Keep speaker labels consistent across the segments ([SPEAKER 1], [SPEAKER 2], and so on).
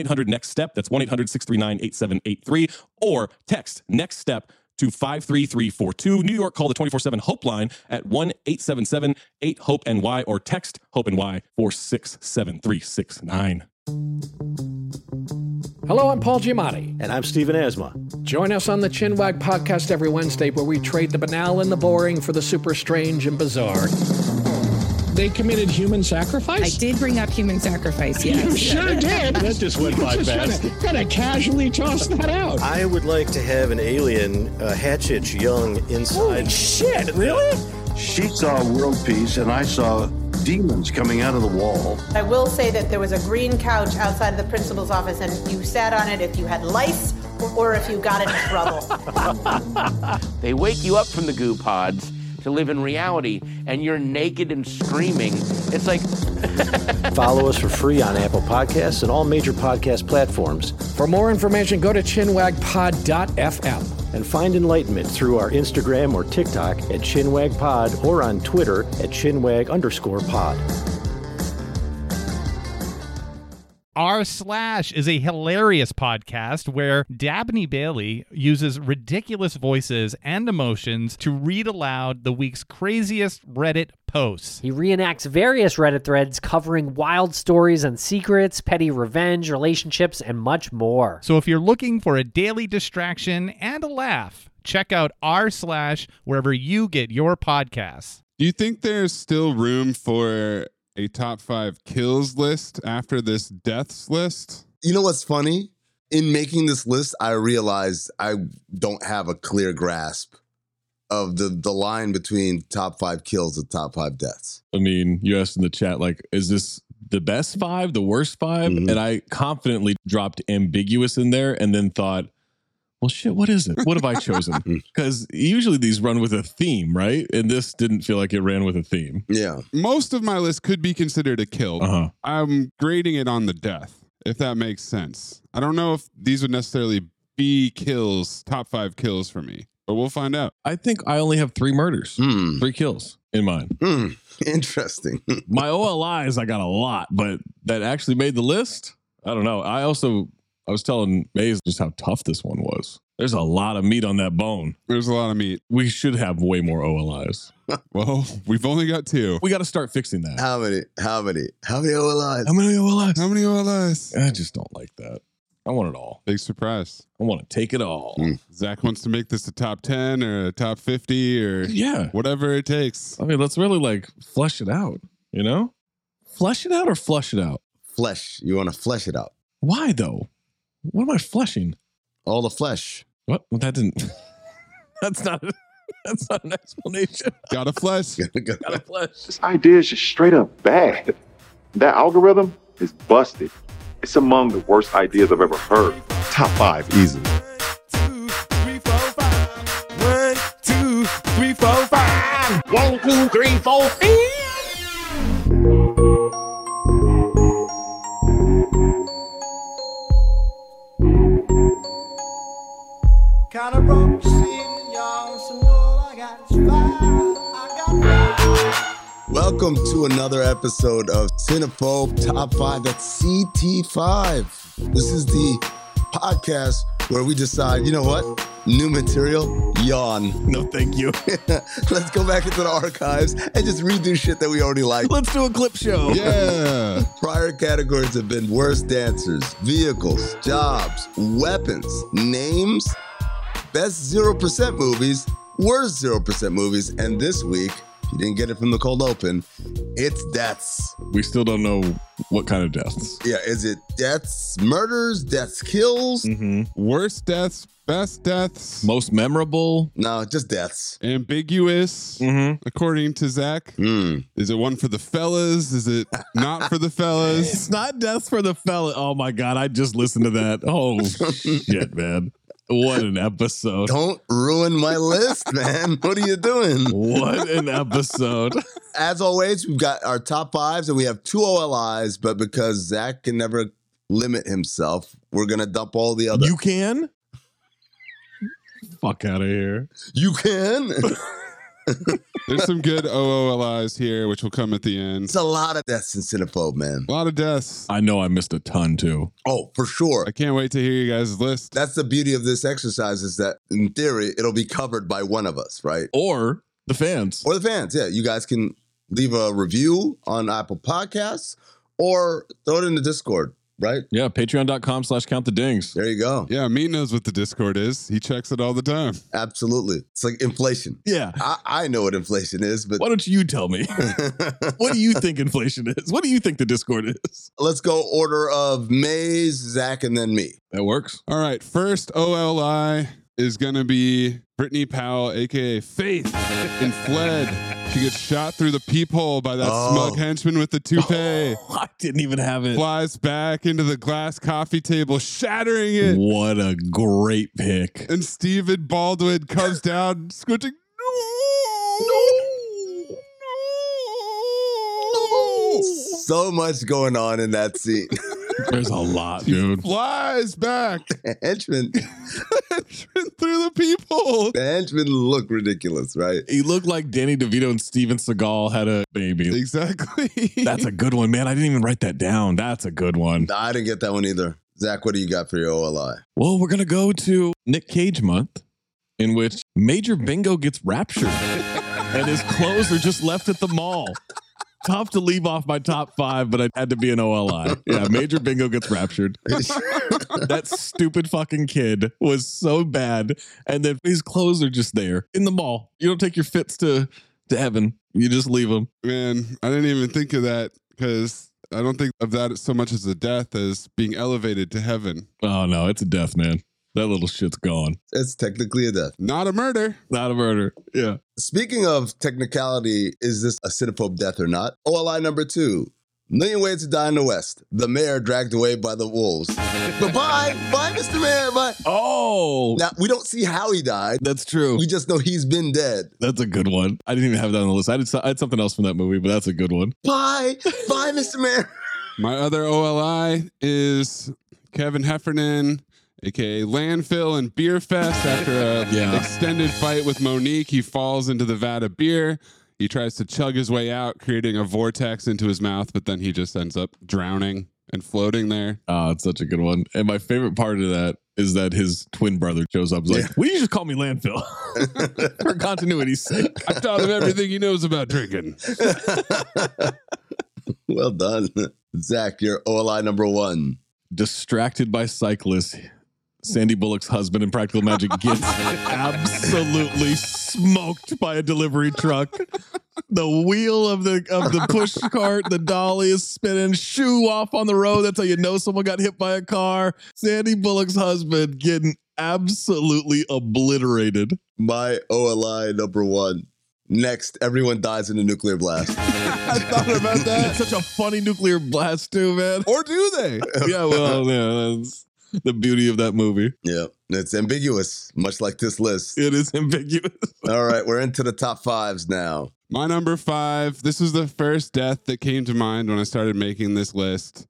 [SPEAKER 1] 800 Next Step. That's 1 800 639 8783. Or text Next Step to 53342. New York, call the 24 7 Hope line at 1 877 8 Hope NY or text Hope NY 467369.
[SPEAKER 2] Hello, I'm Paul Giamatti.
[SPEAKER 3] And I'm Stephen Asma.
[SPEAKER 2] Join us on the Chinwag podcast every Wednesday where we trade the banal and the boring for the super strange and bizarre. They committed human
[SPEAKER 4] I
[SPEAKER 2] sacrifice?
[SPEAKER 4] did bring up human sacrifice,
[SPEAKER 2] You
[SPEAKER 4] yes.
[SPEAKER 2] sure did.
[SPEAKER 3] That just went by fast.
[SPEAKER 2] Kind of casually tossed that out.
[SPEAKER 3] I would like to have an alien uh, hatch its young inside.
[SPEAKER 2] shit, really?
[SPEAKER 5] She saw world peace, and I saw demons coming out of the wall.
[SPEAKER 6] I will say that there was a green couch outside of the principal's office, and you sat on it if you had lice or if you got in trouble.
[SPEAKER 7] They wake you up from the goo pods to live in reality, and you're naked and screaming. It's like,
[SPEAKER 3] Follow us for free on Apple Podcasts and all major podcast platforms.
[SPEAKER 2] For more information, go to chinwagpod.fm.
[SPEAKER 3] And find enlightenment through our Instagram or TikTok at Chinwag Pod or on Twitter at Chinwag underscore pod.
[SPEAKER 8] R slash is a hilarious podcast where Dabney Bailey uses ridiculous voices and emotions to read aloud the week's craziest Reddit posts.
[SPEAKER 9] He reenacts various Reddit threads covering wild stories and secrets, petty revenge, relationships, and much more.
[SPEAKER 8] So if you're looking for a daily distraction and a laugh, check out R slash wherever you get your podcasts.
[SPEAKER 10] Do you think there's still room for a top five kills list after this deaths list?
[SPEAKER 11] You know what's funny? In making this list, I realized I don't have a clear grasp of the, the line between top five kills and top five deaths.
[SPEAKER 1] I mean, you asked in the chat, like, is this the best five, the worst 5
[SPEAKER 11] Mhm.
[SPEAKER 1] And I confidently dropped ambiguous in there and then thought, well, shit, what is it? What have I chosen? Because usually these run with a theme, right? And this didn't feel like it ran with a theme.
[SPEAKER 11] Yeah.
[SPEAKER 10] Most of my list could be considered a kill.
[SPEAKER 1] Uh huh.
[SPEAKER 10] I'm grading it on the death, if that makes sense. I don't know if these would necessarily be kills, top five kills for me, but we'll find out.
[SPEAKER 1] I think I only have three murders,
[SPEAKER 11] Hmm.
[SPEAKER 1] three kills in mine.
[SPEAKER 11] Hmm. Interesting.
[SPEAKER 1] my OLIs I got a lot, but that actually made the list. I don't know. I also I was telling Maze just how tough this one was. There's a lot of meat on that bone.
[SPEAKER 10] There's a lot of meat.
[SPEAKER 1] We should have way more OLIs.
[SPEAKER 10] Well, we've only got two.
[SPEAKER 1] We got to start fixing that.
[SPEAKER 11] how many? How many? How many OLIs?
[SPEAKER 1] How many OLIs?
[SPEAKER 10] How many OLS?
[SPEAKER 1] I just don't like that. I want it all.
[SPEAKER 10] Big surprise.
[SPEAKER 1] I want to take it all.
[SPEAKER 11] Mm.
[SPEAKER 10] Zach wants to make this a top 10 or a top 50 or
[SPEAKER 1] Yeah.
[SPEAKER 10] whatever it takes.
[SPEAKER 1] I mean, let's really like flush it out, you know? Flush it out or flush it out?
[SPEAKER 11] Flesh. You want to flesh it out.
[SPEAKER 1] Why though? What am I flushing?
[SPEAKER 11] All the flesh.
[SPEAKER 1] What? Well, that didn't. that's not. That's not an explanation.
[SPEAKER 10] Got a flesh.
[SPEAKER 1] Gotta flush.
[SPEAKER 5] This idea is just straight up bad. That algorithm is busted. It's among the worst ideas I've ever heard. Top five, easy.
[SPEAKER 7] one, two, three, four, five.
[SPEAKER 10] Welcome to another episode of Cinephobe Top 5. That's CT5. This is the podcast where we decide, you know what? New material, yawn.
[SPEAKER 1] No, thank you.
[SPEAKER 10] Let's go back into the archives and just redo shit that we already like.
[SPEAKER 1] Let's do a clip show.
[SPEAKER 7] Yeah.
[SPEAKER 10] Prior categories have been worst dancers, vehicles, jobs, weapons, names, best 0% movies, worst 0% movies, and this week, if you didn't get it from the cold open, it's deaths.
[SPEAKER 1] We still don't know what kind of deaths.
[SPEAKER 10] Yeah, is it deaths, murders, deaths, kills?
[SPEAKER 1] Mm-hmm.
[SPEAKER 7] Worst deaths, best deaths,
[SPEAKER 1] Most memorable.
[SPEAKER 10] No, just deaths.
[SPEAKER 7] ambiguous,
[SPEAKER 1] Mm-hmm.
[SPEAKER 7] according to Zach.
[SPEAKER 10] Hmm.
[SPEAKER 7] Is it one for the fellas? Is it not for the fellas?
[SPEAKER 1] It's not death for the fella. Oh my god, I just listened to that. Oh shit, man. What an episode.
[SPEAKER 10] Don't ruin my list, man. What are you doing?
[SPEAKER 1] What an episode.
[SPEAKER 10] As always, we've got our top fives and we have two OLIs, but because Zach can never limit himself, we're going to dump all the other.
[SPEAKER 1] You can? Fuck out of here.
[SPEAKER 10] You can.
[SPEAKER 7] There's some good OOLIs here, which will come at the end.
[SPEAKER 10] it's a lot of deaths in Cinephobe, man.
[SPEAKER 7] A lot of deaths.
[SPEAKER 1] I know I missed a ton too.
[SPEAKER 10] Oh, for sure.
[SPEAKER 7] I can't wait to hear you guys' list.
[SPEAKER 10] That's the beauty of this exercise is that in theory, it'll be covered by one of us, right?
[SPEAKER 1] Or the fans.
[SPEAKER 10] Or the fans. Yeah, you guys can leave a review on Apple Podcasts or throw it in the Discord, right?
[SPEAKER 1] Yeah, patreon.com slash count the dings.
[SPEAKER 10] There you go.
[SPEAKER 7] Yeah, me knows what the Discord is. He checks it all the time.
[SPEAKER 10] Absolutely. It's like inflation.
[SPEAKER 1] Yeah.
[SPEAKER 10] I, I know what inflation is, but
[SPEAKER 1] Why don't you tell me? what do you think inflation is? What do you think the Discord is?
[SPEAKER 10] let's go order of Maze, Zach, and then me.
[SPEAKER 1] That works.
[SPEAKER 7] All right, first OLI is going to be Brittany Powell, aka Faith, in Fled. She gets shot through the peephole by that
[SPEAKER 10] Oh.
[SPEAKER 7] smug henchman with the toupee.
[SPEAKER 1] I didn't even have it.
[SPEAKER 7] Flies back into the glass coffee table, shattering it.
[SPEAKER 1] What a great pick.
[SPEAKER 7] And Stephen Baldwin comes down, screeching, "No! No!
[SPEAKER 10] So much going on in that scene.
[SPEAKER 1] There's a lot, dude.
[SPEAKER 7] Flies back
[SPEAKER 10] henchmen,
[SPEAKER 7] through the peephole.
[SPEAKER 10] the henchmen look ridiculous, right?
[SPEAKER 1] He looked like Danny DeVito and Steven Seagal had a baby.
[SPEAKER 10] Oh,
[SPEAKER 7] Exactly.
[SPEAKER 1] That's a good one, man. I didn't even write that down. That's a good one.
[SPEAKER 10] I didn't get that one either. Zach, what do you got for your OLI?
[SPEAKER 1] Well, we're going to go to Nick Cage month, in which Major Bingo gets raptured and his clothes are just left at the mall. Tough to leave off my top five, but I had to be an OLI. Yeah, Major Bingo gets raptured. that stupid fucking kid was so bad. And then his clothes are just there in the mall. You don't take your fits to, to heaven, you just leave them.
[SPEAKER 7] Man, I didn't even think of that because I don't think of that so much as a death as being elevated to heaven.
[SPEAKER 1] Oh no, it's a death, man. That little shit's gone.
[SPEAKER 10] That's technically a death.
[SPEAKER 7] Not a murder.
[SPEAKER 1] Not a murder. Yeah.
[SPEAKER 10] Speaking of technicality, is this a cinephobe death or not? OLI number two. Million Ways to Die in the West. The mayor dragged away by the wolves. Goodbye. Bye, Mr. Mayor. Bye.
[SPEAKER 1] Oh,
[SPEAKER 10] Now, we don't see how he died.
[SPEAKER 1] that's true.
[SPEAKER 10] We just know he's been dead.
[SPEAKER 1] That's a good one. I didn't even have that on the list. I did. I had something else from that movie, but that's a good one.
[SPEAKER 10] Bye. Bye, Mr. Mayor.
[SPEAKER 7] My other OLI is Kevin Heffernan, aka Landfill and Beer Fest. After a
[SPEAKER 1] Yeah.
[SPEAKER 7] extended fight with Monique, he falls into the vat of beer. He tries to chug his way out, creating a vortex into his mouth, but then he just ends up drowning and floating there.
[SPEAKER 1] Ah, it's such a good one. And my favorite part of that is that his twin brother shows up. He's like, "Will you just call me landfill for continuity's sake?"
[SPEAKER 7] I've taught him everything he knows about drinking.
[SPEAKER 10] Well done. Zach, your OLI number one.
[SPEAKER 1] Distracted by cyclists, Sandy Bullock's husband in Practical Magic gets absolutely smoked by a delivery truck. The wheel of the of the push cart, the dolly is spinning, shoe off on the road. That's how you know someone got hit by a car. Sandy Bullock's husband getting absolutely obliterated.
[SPEAKER 10] My OLI number one. Next, everyone dies in a nuclear blast.
[SPEAKER 1] I thought about that. It's such a funny nuclear blast too, man.
[SPEAKER 7] Or do they?
[SPEAKER 1] Yeah, well, yeah, that's the beauty of that movie.
[SPEAKER 10] yeah, it's ambiguous, much like this list.
[SPEAKER 1] It is ambiguous.
[SPEAKER 10] All right, we're into the top fives now.
[SPEAKER 7] My number five. This was the first death that came to mind when I started making this list.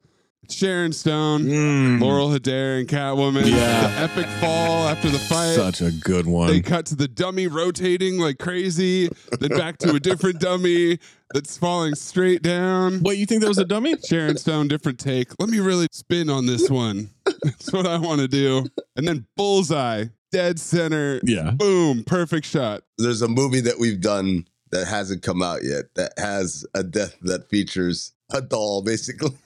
[SPEAKER 10] Sharon Stone, Laurel Adair, and Catwoman.
[SPEAKER 1] Mm. Yeah.
[SPEAKER 10] The epic fall after the fight.
[SPEAKER 1] Such a good
[SPEAKER 10] They
[SPEAKER 1] one.
[SPEAKER 10] cut to the dummy rotating like crazy, then back to a different dummy that's falling straight down.
[SPEAKER 1] Wait, you think that was a dummy?
[SPEAKER 10] Sharon Stone, different take. Let me really spin on this one. That's what I want to do. And then bullseye, dead center.
[SPEAKER 1] Yeah.
[SPEAKER 10] Boom, perfect shot.
[SPEAKER 11] There's a movie that we've done that hasn't come out yet that has a death that features a doll, basically.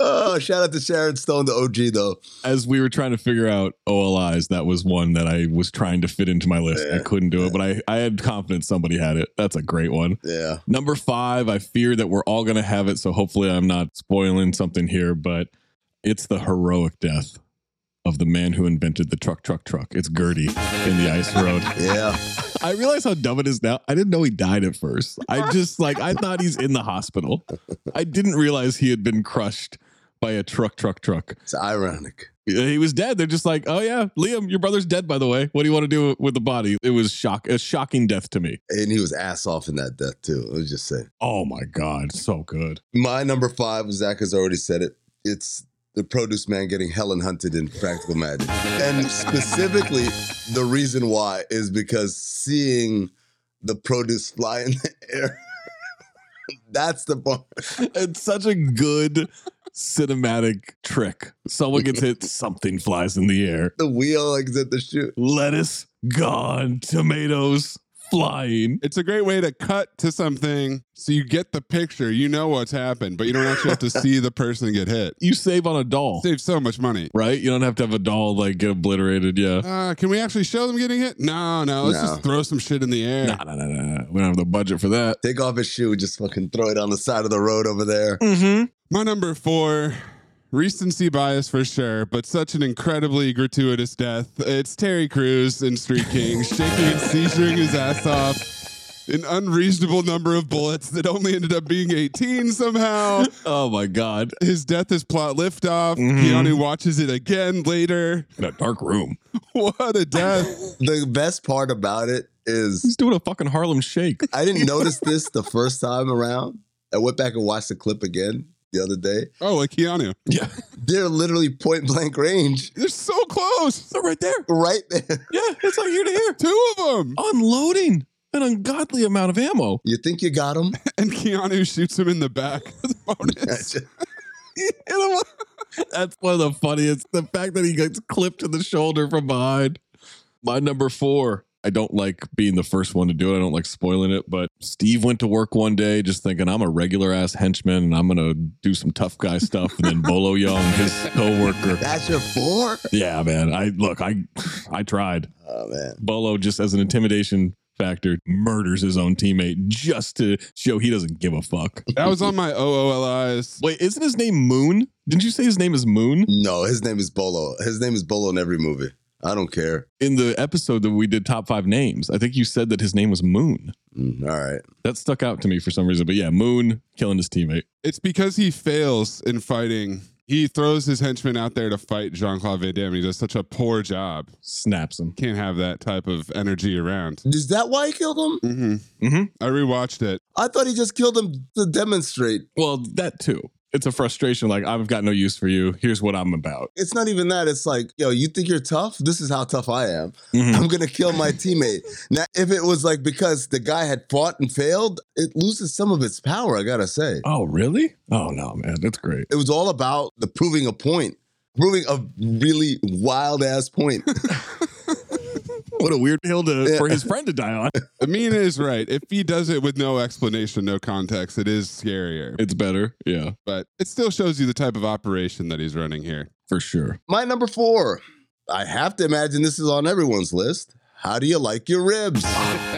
[SPEAKER 11] oh, shout out to Sharon Stone, the OG, though.
[SPEAKER 1] As we were trying to figure out OLIs, that was one that I was trying to fit into my list. I couldn't do it, but I, I had confidence somebody had it. That's a great one.
[SPEAKER 11] Yeah.
[SPEAKER 1] Number five, I fear that we're all going to have it. So hopefully I'm not spoiling something here, but it's the heroic death of the man who invented the truck, truck, truck. It's Gertie in the ice road.
[SPEAKER 11] Yeah.
[SPEAKER 1] I realize how dumb it is now. I didn't know he died at first. I just like, I thought he's in the hospital. I didn't realize he had been crushed by a truck, truck, truck.
[SPEAKER 11] It's ironic.
[SPEAKER 1] He was dead. They're just like, oh yeah, Liam, your brother's dead, by the way. What do you want to do with the body? It was shock, a shocking death to me.
[SPEAKER 11] And he was ass off in that death, too. Let's just say.
[SPEAKER 1] Oh my God. So good.
[SPEAKER 11] My number five, Zach has already said it. It's the produce man getting Helen hunted in Practical Magic. And specifically, the reason why is because seeing the produce fly in the air. That's the part.
[SPEAKER 1] It's such a good cinematic trick. Someone gets hit, something flies in the air.
[SPEAKER 11] The wheel exit the shoot.
[SPEAKER 1] Lettuce gone, tomatoes flying.
[SPEAKER 10] It's a great way to cut to something so you get the picture. You know what's happened, but you don't actually have to see the person get hit.
[SPEAKER 1] You save on a doll,
[SPEAKER 10] Save so much money.
[SPEAKER 1] right? You don't have to have a doll like get obliterated. Yeah.
[SPEAKER 10] Uh, can we actually show them getting hit? No, no. Let's
[SPEAKER 11] No.
[SPEAKER 10] just throw some shit in the air.
[SPEAKER 1] No, no, no, no, no. We don't have the budget for that.
[SPEAKER 11] Take off his shoe, just fucking throw it on the side of the road over there.
[SPEAKER 10] My number four, recency bias for sure, but such an incredibly gratuitous death. It's Terry Crews in Street King, shaking and seizuring his ass off. An unreasonable number of bullets that only ended up being 18 somehow.
[SPEAKER 1] Oh my God. Mm-hmm.
[SPEAKER 10] His death is plot liftoff. Keanu watches it again later.
[SPEAKER 1] In a dark room.
[SPEAKER 10] What a death.
[SPEAKER 11] The best part about it is
[SPEAKER 1] He's doing a fucking Harlem shake.
[SPEAKER 11] I didn't notice this the first time around. I went back and watched the clip again the other day.
[SPEAKER 10] Oh, like Keanu.
[SPEAKER 1] Yeah.
[SPEAKER 11] They're literally point blank range
[SPEAKER 10] They're so close.
[SPEAKER 1] So right there.
[SPEAKER 11] right there.
[SPEAKER 1] Yeah. It's like here to here.
[SPEAKER 10] Two of them.
[SPEAKER 1] Unloading an ungodly amount of ammo.
[SPEAKER 11] You think you got him?
[SPEAKER 10] And Keanu shoots him in the back. The bonus.
[SPEAKER 1] That's one of the funniest. The fact that he gets clipped in the shoulder from behind. My number four. I don't like being the first one to do it. I don't like spoiling it, but Steve went to work one day just thinking I'm a regular ass henchman and I'm gonna do some tough guy stuff. And then Bolo Young, his coworker.
[SPEAKER 11] That's your four?
[SPEAKER 1] Yeah, man. I look, I I tried.
[SPEAKER 11] Oh man.
[SPEAKER 1] Bolo just as an intimidation factor murders his own teammate just to show he doesn't give a fuck.
[SPEAKER 10] That was on my OOLIs.
[SPEAKER 1] Wait, isn't his name Moon? Didn't you say his name is Moon?
[SPEAKER 11] No, his name is Bolo. His name is Bolo in every movie. I don't care.
[SPEAKER 1] in the episode that we did top five names, I think you said that his name was Moon.
[SPEAKER 11] Mm, all right.
[SPEAKER 1] That stuck out to me for some reason. But yeah, Moon killing his teammate.
[SPEAKER 10] It's because he fails in fighting. He throws his henchmen out there to fight Jean Claude Van Damme. He does such a poor job.
[SPEAKER 1] Snaps him.
[SPEAKER 10] Can't have that type of energy around.
[SPEAKER 11] Is that why he killed him?
[SPEAKER 10] Mm-hmm.
[SPEAKER 1] Mhm.
[SPEAKER 10] I rewatched it.
[SPEAKER 11] I thought he just killed him to demonstrate.
[SPEAKER 1] Well, that too. It's a frustration. Like, I've got no use for you. Here's what I'm about.
[SPEAKER 11] It's not even that. It's like, yo, you think you're tough? This is how tough I am.
[SPEAKER 1] Mhm.
[SPEAKER 11] I'm gonna kill my teammate. now, if it was like because the guy had fought and failed, it loses some of its power. I gotta say,
[SPEAKER 1] Oh, really? Oh, no, man. That's great.
[SPEAKER 11] it was all about the proving a point, proving a really wild ass point.
[SPEAKER 1] What a weird hill to,
[SPEAKER 11] Yeah.
[SPEAKER 1] for his friend to die on.
[SPEAKER 10] Amina is right. If he does it with no explanation, no context, it is scarier.
[SPEAKER 1] It's better. Yeah,
[SPEAKER 10] But it still shows you the type of operation that he's running here.
[SPEAKER 1] for sure.
[SPEAKER 11] My number four. I have to imagine this is on everyone's list. How do you like your ribs?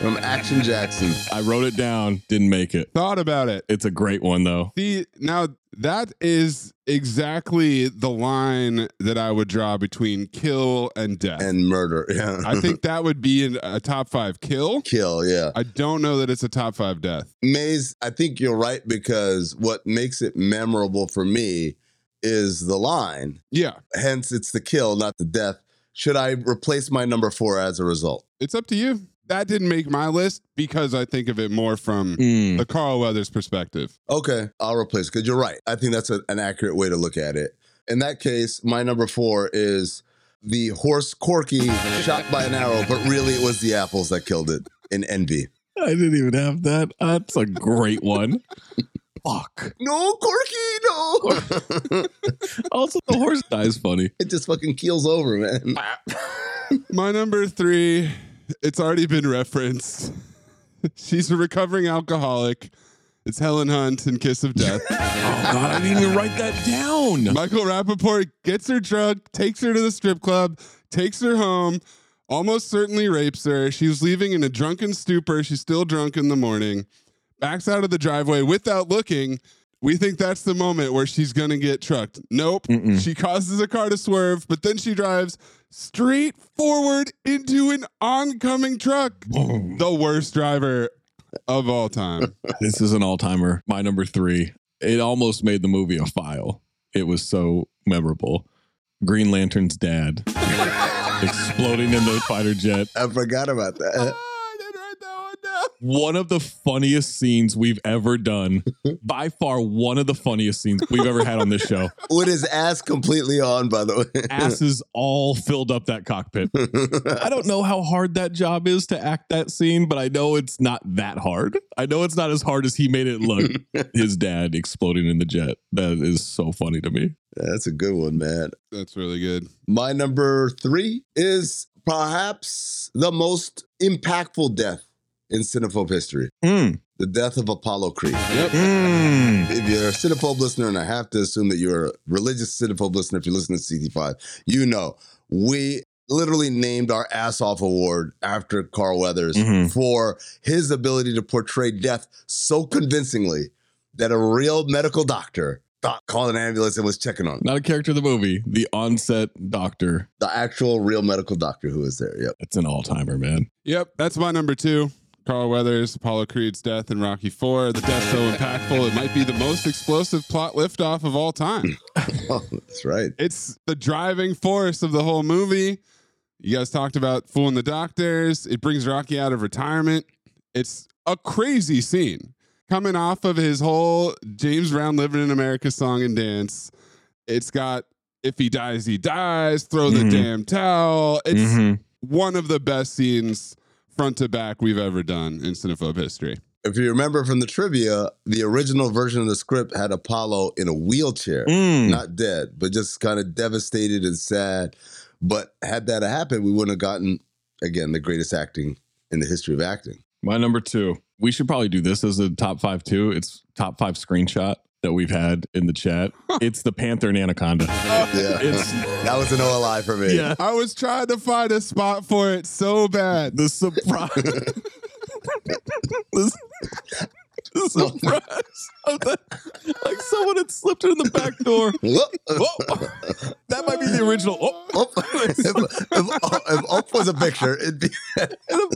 [SPEAKER 11] From Action Jackson.
[SPEAKER 1] I wrote it down, didn't make it.
[SPEAKER 10] Thought about it.
[SPEAKER 1] It's a great one, though.
[SPEAKER 10] The now that is exactly the line that I would draw between kill and death.
[SPEAKER 11] And murder. Yeah.
[SPEAKER 10] I think that would be in a top five kill.
[SPEAKER 11] kill, yeah.
[SPEAKER 10] I don't know that it's a top five death.
[SPEAKER 11] Maze, I think you're right because what makes it memorable for me is the line.
[SPEAKER 10] Yeah,
[SPEAKER 11] Hence it's the kill, not the death. Should I replace my number four as a result?
[SPEAKER 10] it's up to you. That didn't make my list because I think of it more from
[SPEAKER 1] Mm.
[SPEAKER 10] the Carl Weathers perspective.
[SPEAKER 11] Okay, I'll replace because you're right. I think that's a, an accurate way to look at it. In that case, my number four is the horse Corky shot by an arrow, but really it was the apples that killed it in envy.
[SPEAKER 1] I didn't even have that. That's a great one. Fuck.
[SPEAKER 11] No, Corky, no.
[SPEAKER 1] Also, the horse dies funny.
[SPEAKER 11] it just fucking keels over, man.
[SPEAKER 10] My number three, it's already been referenced. She's a recovering alcoholic. It's Helen Hunt in Kiss of Death.
[SPEAKER 1] Oh, God, I didn't even write that down.
[SPEAKER 10] Michael Rappaport gets her drunk, takes her to the strip club, takes her home, almost certainly rapes her. She was leaving in a drunken stupor. She's still drunk in the morning, backs out of the driveway without looking. We think that's the moment where she's going to get trucked. Nope. She causes a car to swerve, but then she drives straight forward into an oncoming truck. The worst driver of all time.
[SPEAKER 1] This is an all timer. My number three. It almost made the movie a file. It was so memorable. Green Lantern's dad exploding in the fighter jet.
[SPEAKER 11] I forgot about that.
[SPEAKER 10] Ah, I didn't write that one down.
[SPEAKER 1] One of the funniest scenes we've ever done. By far, one of the funniest scenes we've ever had on this show.
[SPEAKER 11] With his ass completely on, by the way.
[SPEAKER 1] Asses all filled up that cockpit. I don't know how hard that job is to act that scene, but I know it's not that hard. I know it's not as hard as he made it look. His dad exploding in the jet. That is so funny to me.
[SPEAKER 11] That's a good one, man.
[SPEAKER 10] That's really good.
[SPEAKER 11] My number three is perhaps the most impactful death in cinephobe history
[SPEAKER 1] Mm.
[SPEAKER 11] the death of Apollo Creed.
[SPEAKER 1] Mm.
[SPEAKER 11] If you're a cinephobe listener, and I have to assume that you're a religious cinephobe listener, if you listen to CD5, you know we literally named our ass off award after Carl Weathers
[SPEAKER 1] Mhm.
[SPEAKER 11] for his ability to portray death so convincingly that a real medical doctor thought called an ambulance and was checking on him.
[SPEAKER 1] Not a character of the movie, the onset doctor.
[SPEAKER 11] the actual real medical doctor who was there. Yep.
[SPEAKER 1] That's an all timer, man.
[SPEAKER 10] Yep, that's my number two. Carl Weathers, Apollo Creed's death in Rocky Four. The death so impactful it might be the most explosive plot liftoff of all time.
[SPEAKER 11] Oh, that's right.
[SPEAKER 10] It's the driving force of the whole movie. You guys talked about fooling the doctors. It brings Rocky out of retirement. It's a crazy scene. Coming off of his whole James Brown living in America song and dance. It's got if he dies, he dies, throw the
[SPEAKER 1] Mhm.
[SPEAKER 10] damn towel. It's
[SPEAKER 1] Mhm.
[SPEAKER 10] one of the best scenes front to back we've ever done in cinephobe history.
[SPEAKER 11] If you remember from the trivia, the original version of the script had Apollo in a wheelchair,
[SPEAKER 1] Mm.
[SPEAKER 11] not dead, but just kind of devastated and sad. But had that happened, we wouldn't have gotten, again, the greatest acting in the history of acting.
[SPEAKER 1] My number two. We should probably do this as a top five too. It's top five screenshot that we've had in the chat. it's the Panther and Anaconda.
[SPEAKER 11] Yeah.
[SPEAKER 1] It's
[SPEAKER 11] that was an OLI for me.
[SPEAKER 1] yeah.
[SPEAKER 10] I was trying to find a spot for it so bad.
[SPEAKER 1] The surprise. the, the surprise. Of the, like someone had slipped it in the back door.
[SPEAKER 11] Whoop.
[SPEAKER 1] Oh, that might be the original. Oh,
[SPEAKER 11] Oop. if, if, if Oop was a picture, it'd be
[SPEAKER 1] in the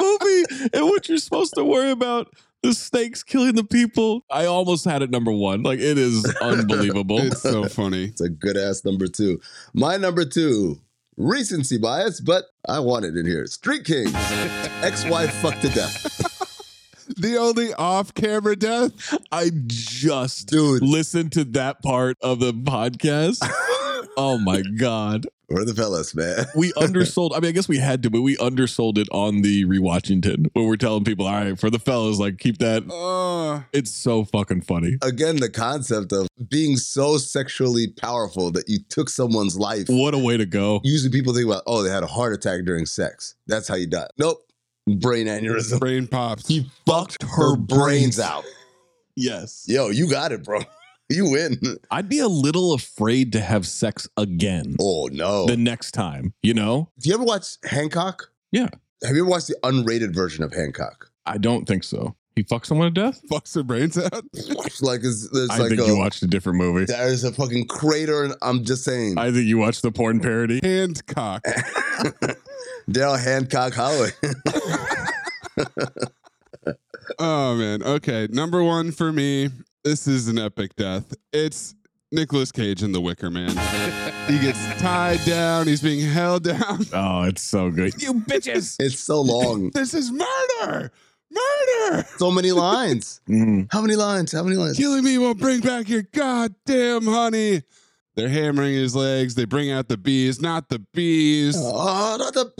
[SPEAKER 1] movie and what you're supposed to worry about the snakes killing the people. I almost had it number one. Like it is unbelievable.
[SPEAKER 10] It's so funny.
[SPEAKER 11] It's a good ass number two. My number two, recency bias, but I want it in here. Street Kings, ex wife fucked to death.
[SPEAKER 10] The only off camera death.
[SPEAKER 1] I just
[SPEAKER 11] Dude.
[SPEAKER 1] listened to that part of the podcast. oh my god.
[SPEAKER 11] We're the fellas, man.
[SPEAKER 1] We undersold. I mean, I guess we had to, but we undersold it on the rewatchington when we're telling people, all right, for the fellas, like keep that.
[SPEAKER 11] Uh.
[SPEAKER 10] Oh,
[SPEAKER 1] It's so fucking funny.
[SPEAKER 11] Again, the concept of being so sexually powerful that you took someone's life.
[SPEAKER 1] What a way to go.
[SPEAKER 11] Usually people think about, oh, they had a heart attack during sex. That's how you die. Nope. Brain aneurysm.
[SPEAKER 10] brain pops.
[SPEAKER 11] He fucked her brains out.
[SPEAKER 1] Yes.
[SPEAKER 11] Yo, you got it, bro. You win.
[SPEAKER 1] I'd be a little afraid to have sex again
[SPEAKER 11] Oh, no.
[SPEAKER 1] the next time, you know?
[SPEAKER 11] Do you ever watch Hancock?
[SPEAKER 1] Yeah.
[SPEAKER 11] Have you ever watched the unrated version of Hancock?
[SPEAKER 1] I don't think so. He fucked someone to death?
[SPEAKER 10] Fucks her brains out.
[SPEAKER 11] like it's, there's
[SPEAKER 1] I
[SPEAKER 11] like
[SPEAKER 1] think
[SPEAKER 11] a,
[SPEAKER 1] you watched a different movie.
[SPEAKER 11] there's a fucking crater and I'm just saying
[SPEAKER 1] I think you watched the porn parody.
[SPEAKER 10] Handcock.
[SPEAKER 11] Daryl Hancock Holloway.
[SPEAKER 10] Oh man. Okay. Number one for me. This is an epic death. It's Nicholas Cage in The Wicker Man. he gets tied down. He's being held down.
[SPEAKER 1] Oh, it's so good.
[SPEAKER 10] you bitches!
[SPEAKER 11] It's so long.
[SPEAKER 10] This is murder! Murder!
[SPEAKER 11] so many lines.
[SPEAKER 1] Mm.
[SPEAKER 11] How many lines? How many lines?
[SPEAKER 10] Killing me won't bring back your goddamn honey. They're hammering his legs. They bring out the bees, not the bees.
[SPEAKER 11] Oh, not the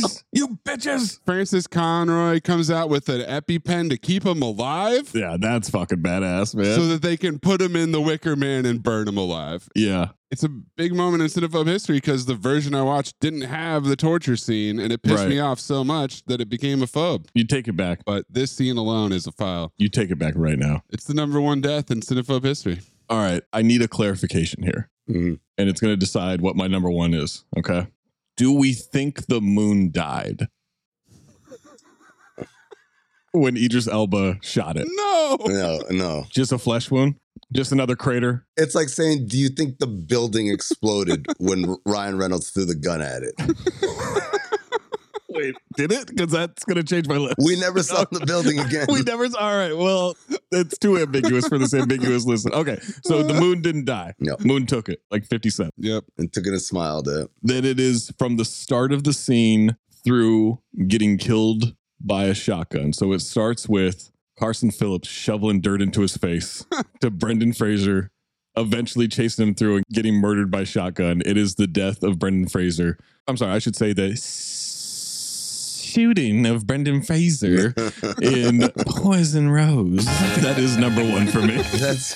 [SPEAKER 11] bees.
[SPEAKER 1] you bitches.
[SPEAKER 10] Francis Conroy comes out with an EpiPen to keep him alive
[SPEAKER 1] Yeah, that's fucking badass, man.
[SPEAKER 10] so that they can put him in the Wicker Man and burn him alive.
[SPEAKER 1] yeah.
[SPEAKER 10] It's a big moment in cinephobe history because the version I watched didn't have the torture scene and it pissed
[SPEAKER 1] Right.
[SPEAKER 10] me off so much that it became a phobe.
[SPEAKER 1] You take it back.
[SPEAKER 10] But this scene alone is a file.
[SPEAKER 1] You take it back right now.
[SPEAKER 10] It's the number one death in cinephobe history.
[SPEAKER 1] All right. I need a clarification here.
[SPEAKER 11] Mhm.
[SPEAKER 1] And it's going to decide what my number one is. Okay. Do we think the moon died when Idris Elba shot it?
[SPEAKER 10] No!
[SPEAKER 11] No, no.
[SPEAKER 1] Just a flesh wound? Just another crater?
[SPEAKER 11] It's like saying, do you think the building exploded when Ryan Reynolds threw the gun at it?
[SPEAKER 1] Wait, did it? Because that's going to change my list.
[SPEAKER 11] We never saw the building again.
[SPEAKER 1] we never. All right. Well, it's too ambiguous for this ambiguous listen. Okay. So the moon didn't die.
[SPEAKER 11] No.
[SPEAKER 1] Moon took it like 50 cents.
[SPEAKER 10] Yep.
[SPEAKER 11] and took it and smiled at.
[SPEAKER 1] That it is from the start of the scene through getting killed by a shotgun. So it starts with Carson Phillips shoveling dirt into his face to Brendan Fraser, eventually chasing him through and getting murdered by shotgun. It is the death of Brendan Fraser. I'm sorry. I should say the s- shooting of Brendan Fraser in Poison Rose. That is number one for me.
[SPEAKER 11] That's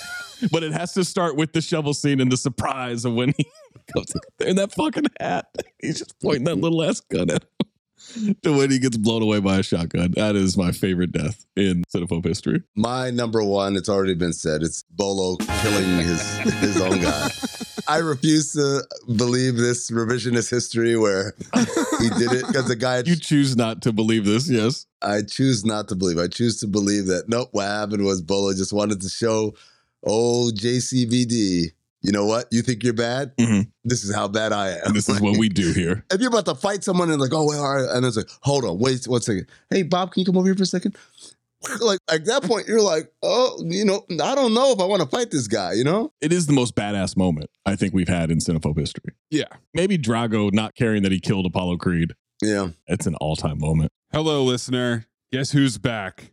[SPEAKER 1] But it has to start with the shovel scene and the surprise of when he comes up there in that fucking hat. He's just pointing that little ass gun at him. To when he gets blown away by a shotgun. That is my favorite death in cinephobe history.
[SPEAKER 11] my number one. It's already been said. It's Bolo killing his his own guy. I refuse to believe this revisionist history where he did it because the guy.
[SPEAKER 1] You choose not to believe this, yes.
[SPEAKER 11] I choose not to believe. I choose to believe that nope. What happened was Bolo just wanted to show oh, old JCVD. You know what? You think you're bad?
[SPEAKER 1] Mhm.
[SPEAKER 11] This is how bad I am.
[SPEAKER 1] And this is what we do here.
[SPEAKER 11] if you're about to fight someone and like, oh wait, all right, and it's like, hold on, wait one second. Hey Bob, can you come over here for a second? Like at that point, you're like, oh, you know, I don't know if I want to fight this guy. You know,
[SPEAKER 1] It is the most badass moment I think we've had in cinephobe history.
[SPEAKER 10] Yeah.
[SPEAKER 1] Maybe Drago not caring that he killed Apollo Creed.
[SPEAKER 11] yeah.
[SPEAKER 1] It's an all time moment.
[SPEAKER 10] Hello, listener. Guess who's back?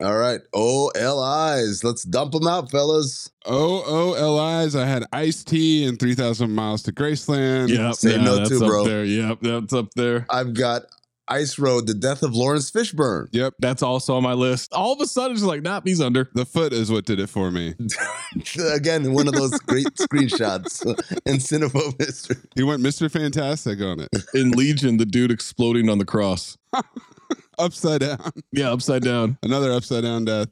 [SPEAKER 11] All right, OLIs, let's dump them out, fellas.
[SPEAKER 10] O-O-L-I's, I had Ice Tea and 3,000 Miles to Graceland.
[SPEAKER 1] Yep.
[SPEAKER 11] Say no
[SPEAKER 1] that's
[SPEAKER 11] to,
[SPEAKER 1] up
[SPEAKER 11] bro.
[SPEAKER 1] there. Yep. That's up there.
[SPEAKER 11] I've got Ice Road, the death of Lawrence Fishburne.
[SPEAKER 10] Yep.
[SPEAKER 1] That's also on my list. All of a sudden, it's like, nah, he's under.
[SPEAKER 10] The foot is what did it for me.
[SPEAKER 11] Again, one of those great screenshots in cinephobe history.
[SPEAKER 10] He went Mr. Fantastic on it.
[SPEAKER 1] In Legion, the dude exploding on the cross.
[SPEAKER 10] upside down.
[SPEAKER 1] Yeah, upside down.
[SPEAKER 10] Another upside down death.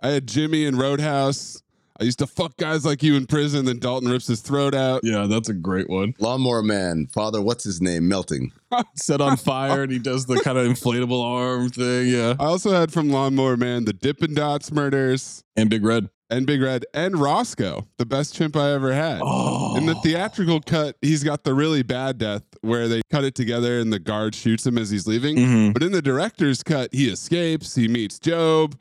[SPEAKER 10] I had Jimmy and Roadhouse. I used to fuck guys like you in prison. Then Dalton rips his throat out.
[SPEAKER 1] Yeah, that's a great one.
[SPEAKER 11] Lawnmower Man, Father, what's his name? Melting.
[SPEAKER 1] Set on fire and he does the kind of inflatable arm thing. Yeah.
[SPEAKER 10] I also had from Lawnmower Man the Dippin' Dots murders
[SPEAKER 1] And Big Red.
[SPEAKER 10] and Big Red and Roscoe, the best chimp I ever had.
[SPEAKER 1] Oh.
[SPEAKER 10] In the theatrical cut, he's got the really bad death where they cut it together and the guard shoots him as he's leaving.
[SPEAKER 1] Mhm.
[SPEAKER 10] But in the director's cut, he escapes, he meets Job.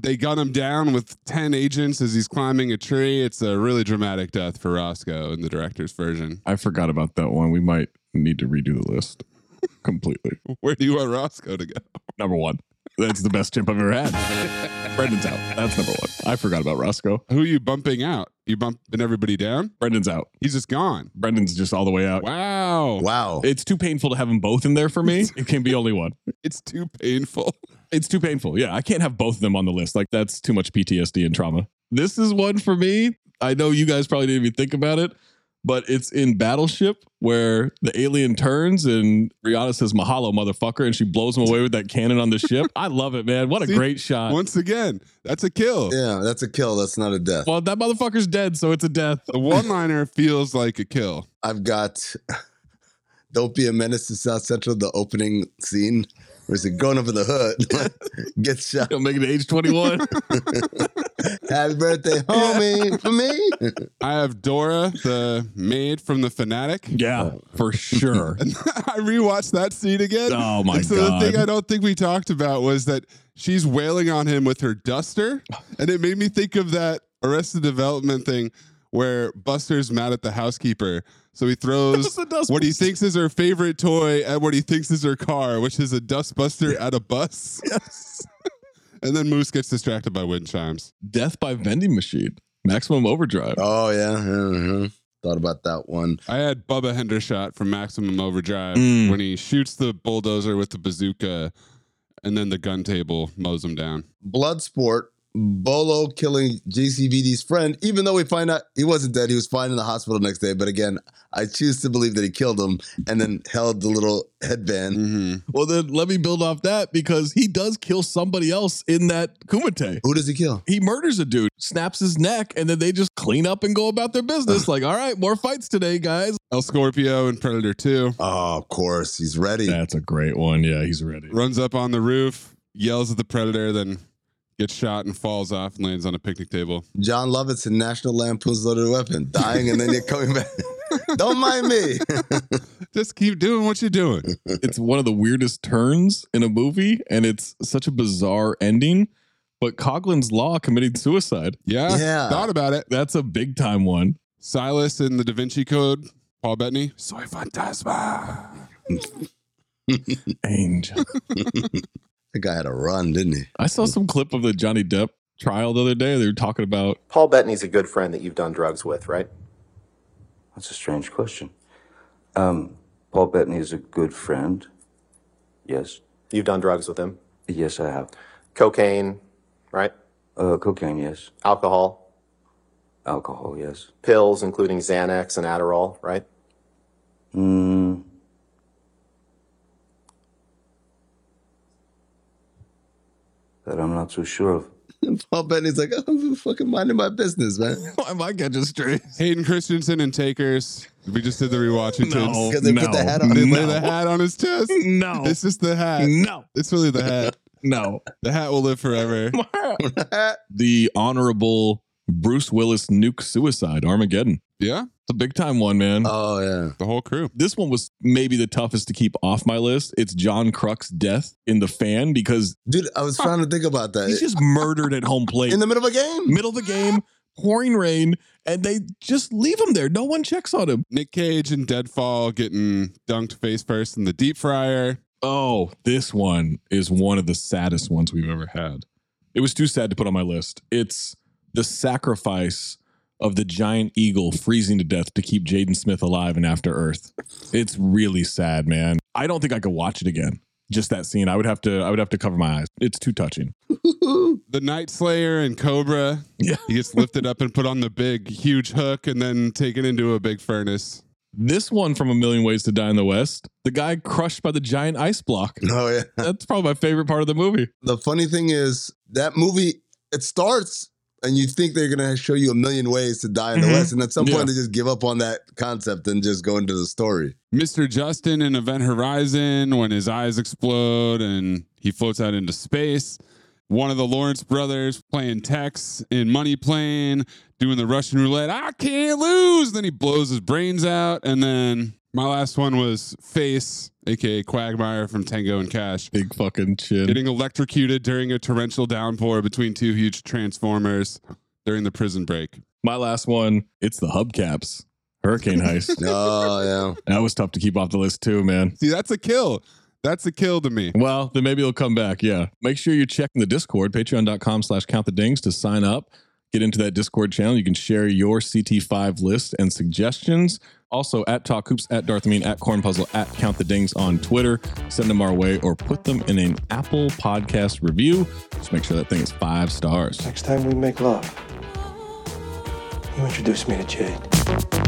[SPEAKER 10] They gun him down with 10 agents as he's climbing a tree. It's a really dramatic death for Roscoe in the director's version.
[SPEAKER 1] I forgot about that one. We might need to redo the list completely.
[SPEAKER 10] Where do you want Roscoe to go?
[SPEAKER 1] Number one. That's the best chimp I've ever had. Brendan's out. That's number one. I forgot about Roscoe.
[SPEAKER 10] Who are you bumping out? You bumping everybody down?
[SPEAKER 1] Brendan's out.
[SPEAKER 10] He's just gone.
[SPEAKER 1] Brendan's just all the way out.
[SPEAKER 10] Wow.
[SPEAKER 11] Wow.
[SPEAKER 1] It's too painful to have them both in there for me. It can be only one.
[SPEAKER 10] It's too painful.
[SPEAKER 1] It's too painful. Yeah, I can't have both of them on the list. Like that's too much PTSD and trauma. This is one for me. I know you guys probably didn't even think about it, but it's in Battleship where the alien turns and Rihanna says "Mahalo, motherfucker," and she blows him away with that cannon on the ship. I love it, man. What a
[SPEAKER 10] See,
[SPEAKER 1] great shot.
[SPEAKER 10] Once again, that's a kill.
[SPEAKER 11] Yeah, that's a kill. That's not a death.
[SPEAKER 1] well, that motherfucker's dead, so it's a death.
[SPEAKER 10] The one liner feels like a kill.
[SPEAKER 11] I've got Don't Be a Menace to South Central, the opening scene where he's a grown up in the hood gets shot.
[SPEAKER 1] He'll make it to age twenty-one.
[SPEAKER 11] Happy birthday, homie, for me.
[SPEAKER 10] I have Dora, the maid from The Fanatic.
[SPEAKER 1] yeah, for sure.
[SPEAKER 10] I rewatched that scene again.
[SPEAKER 1] Oh, my
[SPEAKER 10] And so
[SPEAKER 1] God.
[SPEAKER 10] the thing I don't think we talked about was that she's wailing on him with her duster, and it made me think of that Arrested Development thing where Buster's mad at the housekeeper, so he
[SPEAKER 1] was
[SPEAKER 10] throws
[SPEAKER 1] the dust
[SPEAKER 10] what he thinks is her favorite toy at what he thinks is her car, which is a dustbuster at a bus. Yes. and then Moose gets distracted by wind chimes.
[SPEAKER 1] Death by vending machine. Maximum overdrive.
[SPEAKER 11] Oh, yeah. mhm. Thought about that one.
[SPEAKER 10] I had Bubba Hendershot from Maximum Overdrive
[SPEAKER 1] Mm.
[SPEAKER 10] when he shoots the bulldozer with the bazooka and then the gun table mows him down.
[SPEAKER 11] Bloodsport, Bolo killing JCVD's friend, even though we find out he wasn't dead. He was fine in the hospital next day. But again, I choose to believe that he killed him and then held the little headband.
[SPEAKER 1] Well, then let me build off that because he does kill somebody else in that Kumite.
[SPEAKER 11] Who does he kill?
[SPEAKER 1] He murders a dude, snaps his neck, and then they just clean up and go about their business. Like, all right, more fights today, guys.
[SPEAKER 10] El Scorpio in Predator 2
[SPEAKER 11] Oh, of course. He's ready.
[SPEAKER 1] That's a great one. Yeah, he's ready.
[SPEAKER 10] runs up on the roof, yells at the Predator, then gets shot and falls off and lands on a picnic table.
[SPEAKER 11] John Lovitz in National Lampoon's Loaded Weapon, dying and then you're coming back. Don't mind me.
[SPEAKER 10] Just keep doing what you're doing.
[SPEAKER 1] It's one of the weirdest turns in a movie, and it's such a bizarre ending. But Coglin's Law committed suicide.
[SPEAKER 10] Yeah.
[SPEAKER 11] Yeah.
[SPEAKER 10] Thought about it.
[SPEAKER 1] That's a big time one.
[SPEAKER 10] Silas in the Da Vinci Code, Paul Bettany. Soy fantasma.
[SPEAKER 1] Angel.
[SPEAKER 11] The guy had a run, didn't he?
[SPEAKER 1] I saw some clip of the Johnny Depp trial the other day. They were talking about
[SPEAKER 4] Paul Bettany's a good friend that you've done drugs with, right?
[SPEAKER 12] That's a strange question. Um, Paul Bettany is a good friend. Yes.
[SPEAKER 4] You've done drugs with him.
[SPEAKER 12] Yes, I have.
[SPEAKER 4] Cocaine, right?
[SPEAKER 12] Uh, cocaine, yes.
[SPEAKER 4] Alcohol,
[SPEAKER 12] Alcohol, yes.
[SPEAKER 4] pills, including Xanax and Adderall, right?
[SPEAKER 12] Mm. That I'm not so sure of.
[SPEAKER 11] Paul Bettany's like, I'm fucking minding my business, man.
[SPEAKER 1] why am I catching strays?
[SPEAKER 10] Hayden Christensen and Takers. We just did the rewatching.
[SPEAKER 1] No,
[SPEAKER 11] Because they
[SPEAKER 1] no,
[SPEAKER 11] put the hat on.
[SPEAKER 10] They lay
[SPEAKER 1] no.
[SPEAKER 10] the hat on his chest.
[SPEAKER 1] No.
[SPEAKER 10] It's just the hat.
[SPEAKER 1] No.
[SPEAKER 10] It's really the hat.
[SPEAKER 1] No.
[SPEAKER 10] The hat will live forever.
[SPEAKER 1] the honorable Bruce Willis nuke suicide Armageddon.
[SPEAKER 10] Yeah,
[SPEAKER 1] It's a big time one, man.
[SPEAKER 11] Oh, yeah.
[SPEAKER 10] the whole crew.
[SPEAKER 1] this one was maybe the toughest to keep off my list. It's John Crux's death in the fan because
[SPEAKER 11] Dude, I was trying to think about
[SPEAKER 1] he's
[SPEAKER 11] that.
[SPEAKER 1] just murdered at home plate.
[SPEAKER 11] In the middle of a game.
[SPEAKER 1] middle of the game, pouring rain, and they just leave him there. No one checks on him.
[SPEAKER 10] Nick Cage and Deadfall getting dunked face first in the deep fryer.
[SPEAKER 1] Oh, this one is one of the saddest ones we've ever had. It was too sad to put on my list. It's the sacrifice of the giant eagle freezing to death to keep Jaden Smith alive in After Earth. It's really sad, man. I don't think I could watch it again. Just that scene. I would have to I would have to cover my eyes. It's too touching.
[SPEAKER 10] The Night Slayer and Cobra.
[SPEAKER 1] Yeah.
[SPEAKER 10] He gets lifted up and put on the big, huge hook and then taken into a big furnace.
[SPEAKER 1] This one from A Million Ways to Die in the West, the guy crushed by the giant ice block.
[SPEAKER 11] Oh, yeah.
[SPEAKER 1] That's probably my favorite part of the movie.
[SPEAKER 11] The funny thing is, that movie, it starts and you think they're going to show you a million ways to die in
[SPEAKER 10] Mhm.
[SPEAKER 11] the West. And at some point,
[SPEAKER 10] Yeah.
[SPEAKER 11] they just give up on that concept and just go into the story.
[SPEAKER 10] Mr. Justin in Event Horizon when his eyes explode and he floats out into space. One of the Lawrence brothers playing Tex in Money Plane, doing the Russian roulette. I can't lose. Then he blows his brains out. And then my last one was Face, aka Quagmire from Tango and Cash.
[SPEAKER 1] Big fucking chin.
[SPEAKER 10] Getting electrocuted during a torrential downpour between two huge transformers during the prison break.
[SPEAKER 1] My last one, it's the hubcaps. Hurricane heist. yeah,
[SPEAKER 11] oh
[SPEAKER 1] that was tough to keep off the list too, man.
[SPEAKER 10] See, that's a kill. That's a kill to me.
[SPEAKER 1] Well, then maybe it'll come back. Yeah. Make sure you're checking the Discord, patreon.com slash count the dings to sign up. Get into that Discord channel. You can share your CT5 list and suggestions. Also at Talk Hoops, at Darth Mean, at Corn Puzzle, at Count the Dings on Twitter. Send them our way or put them in an Apple podcast review. Just make sure that thing is five stars.
[SPEAKER 13] Next time we make love, you introduce me to Jade.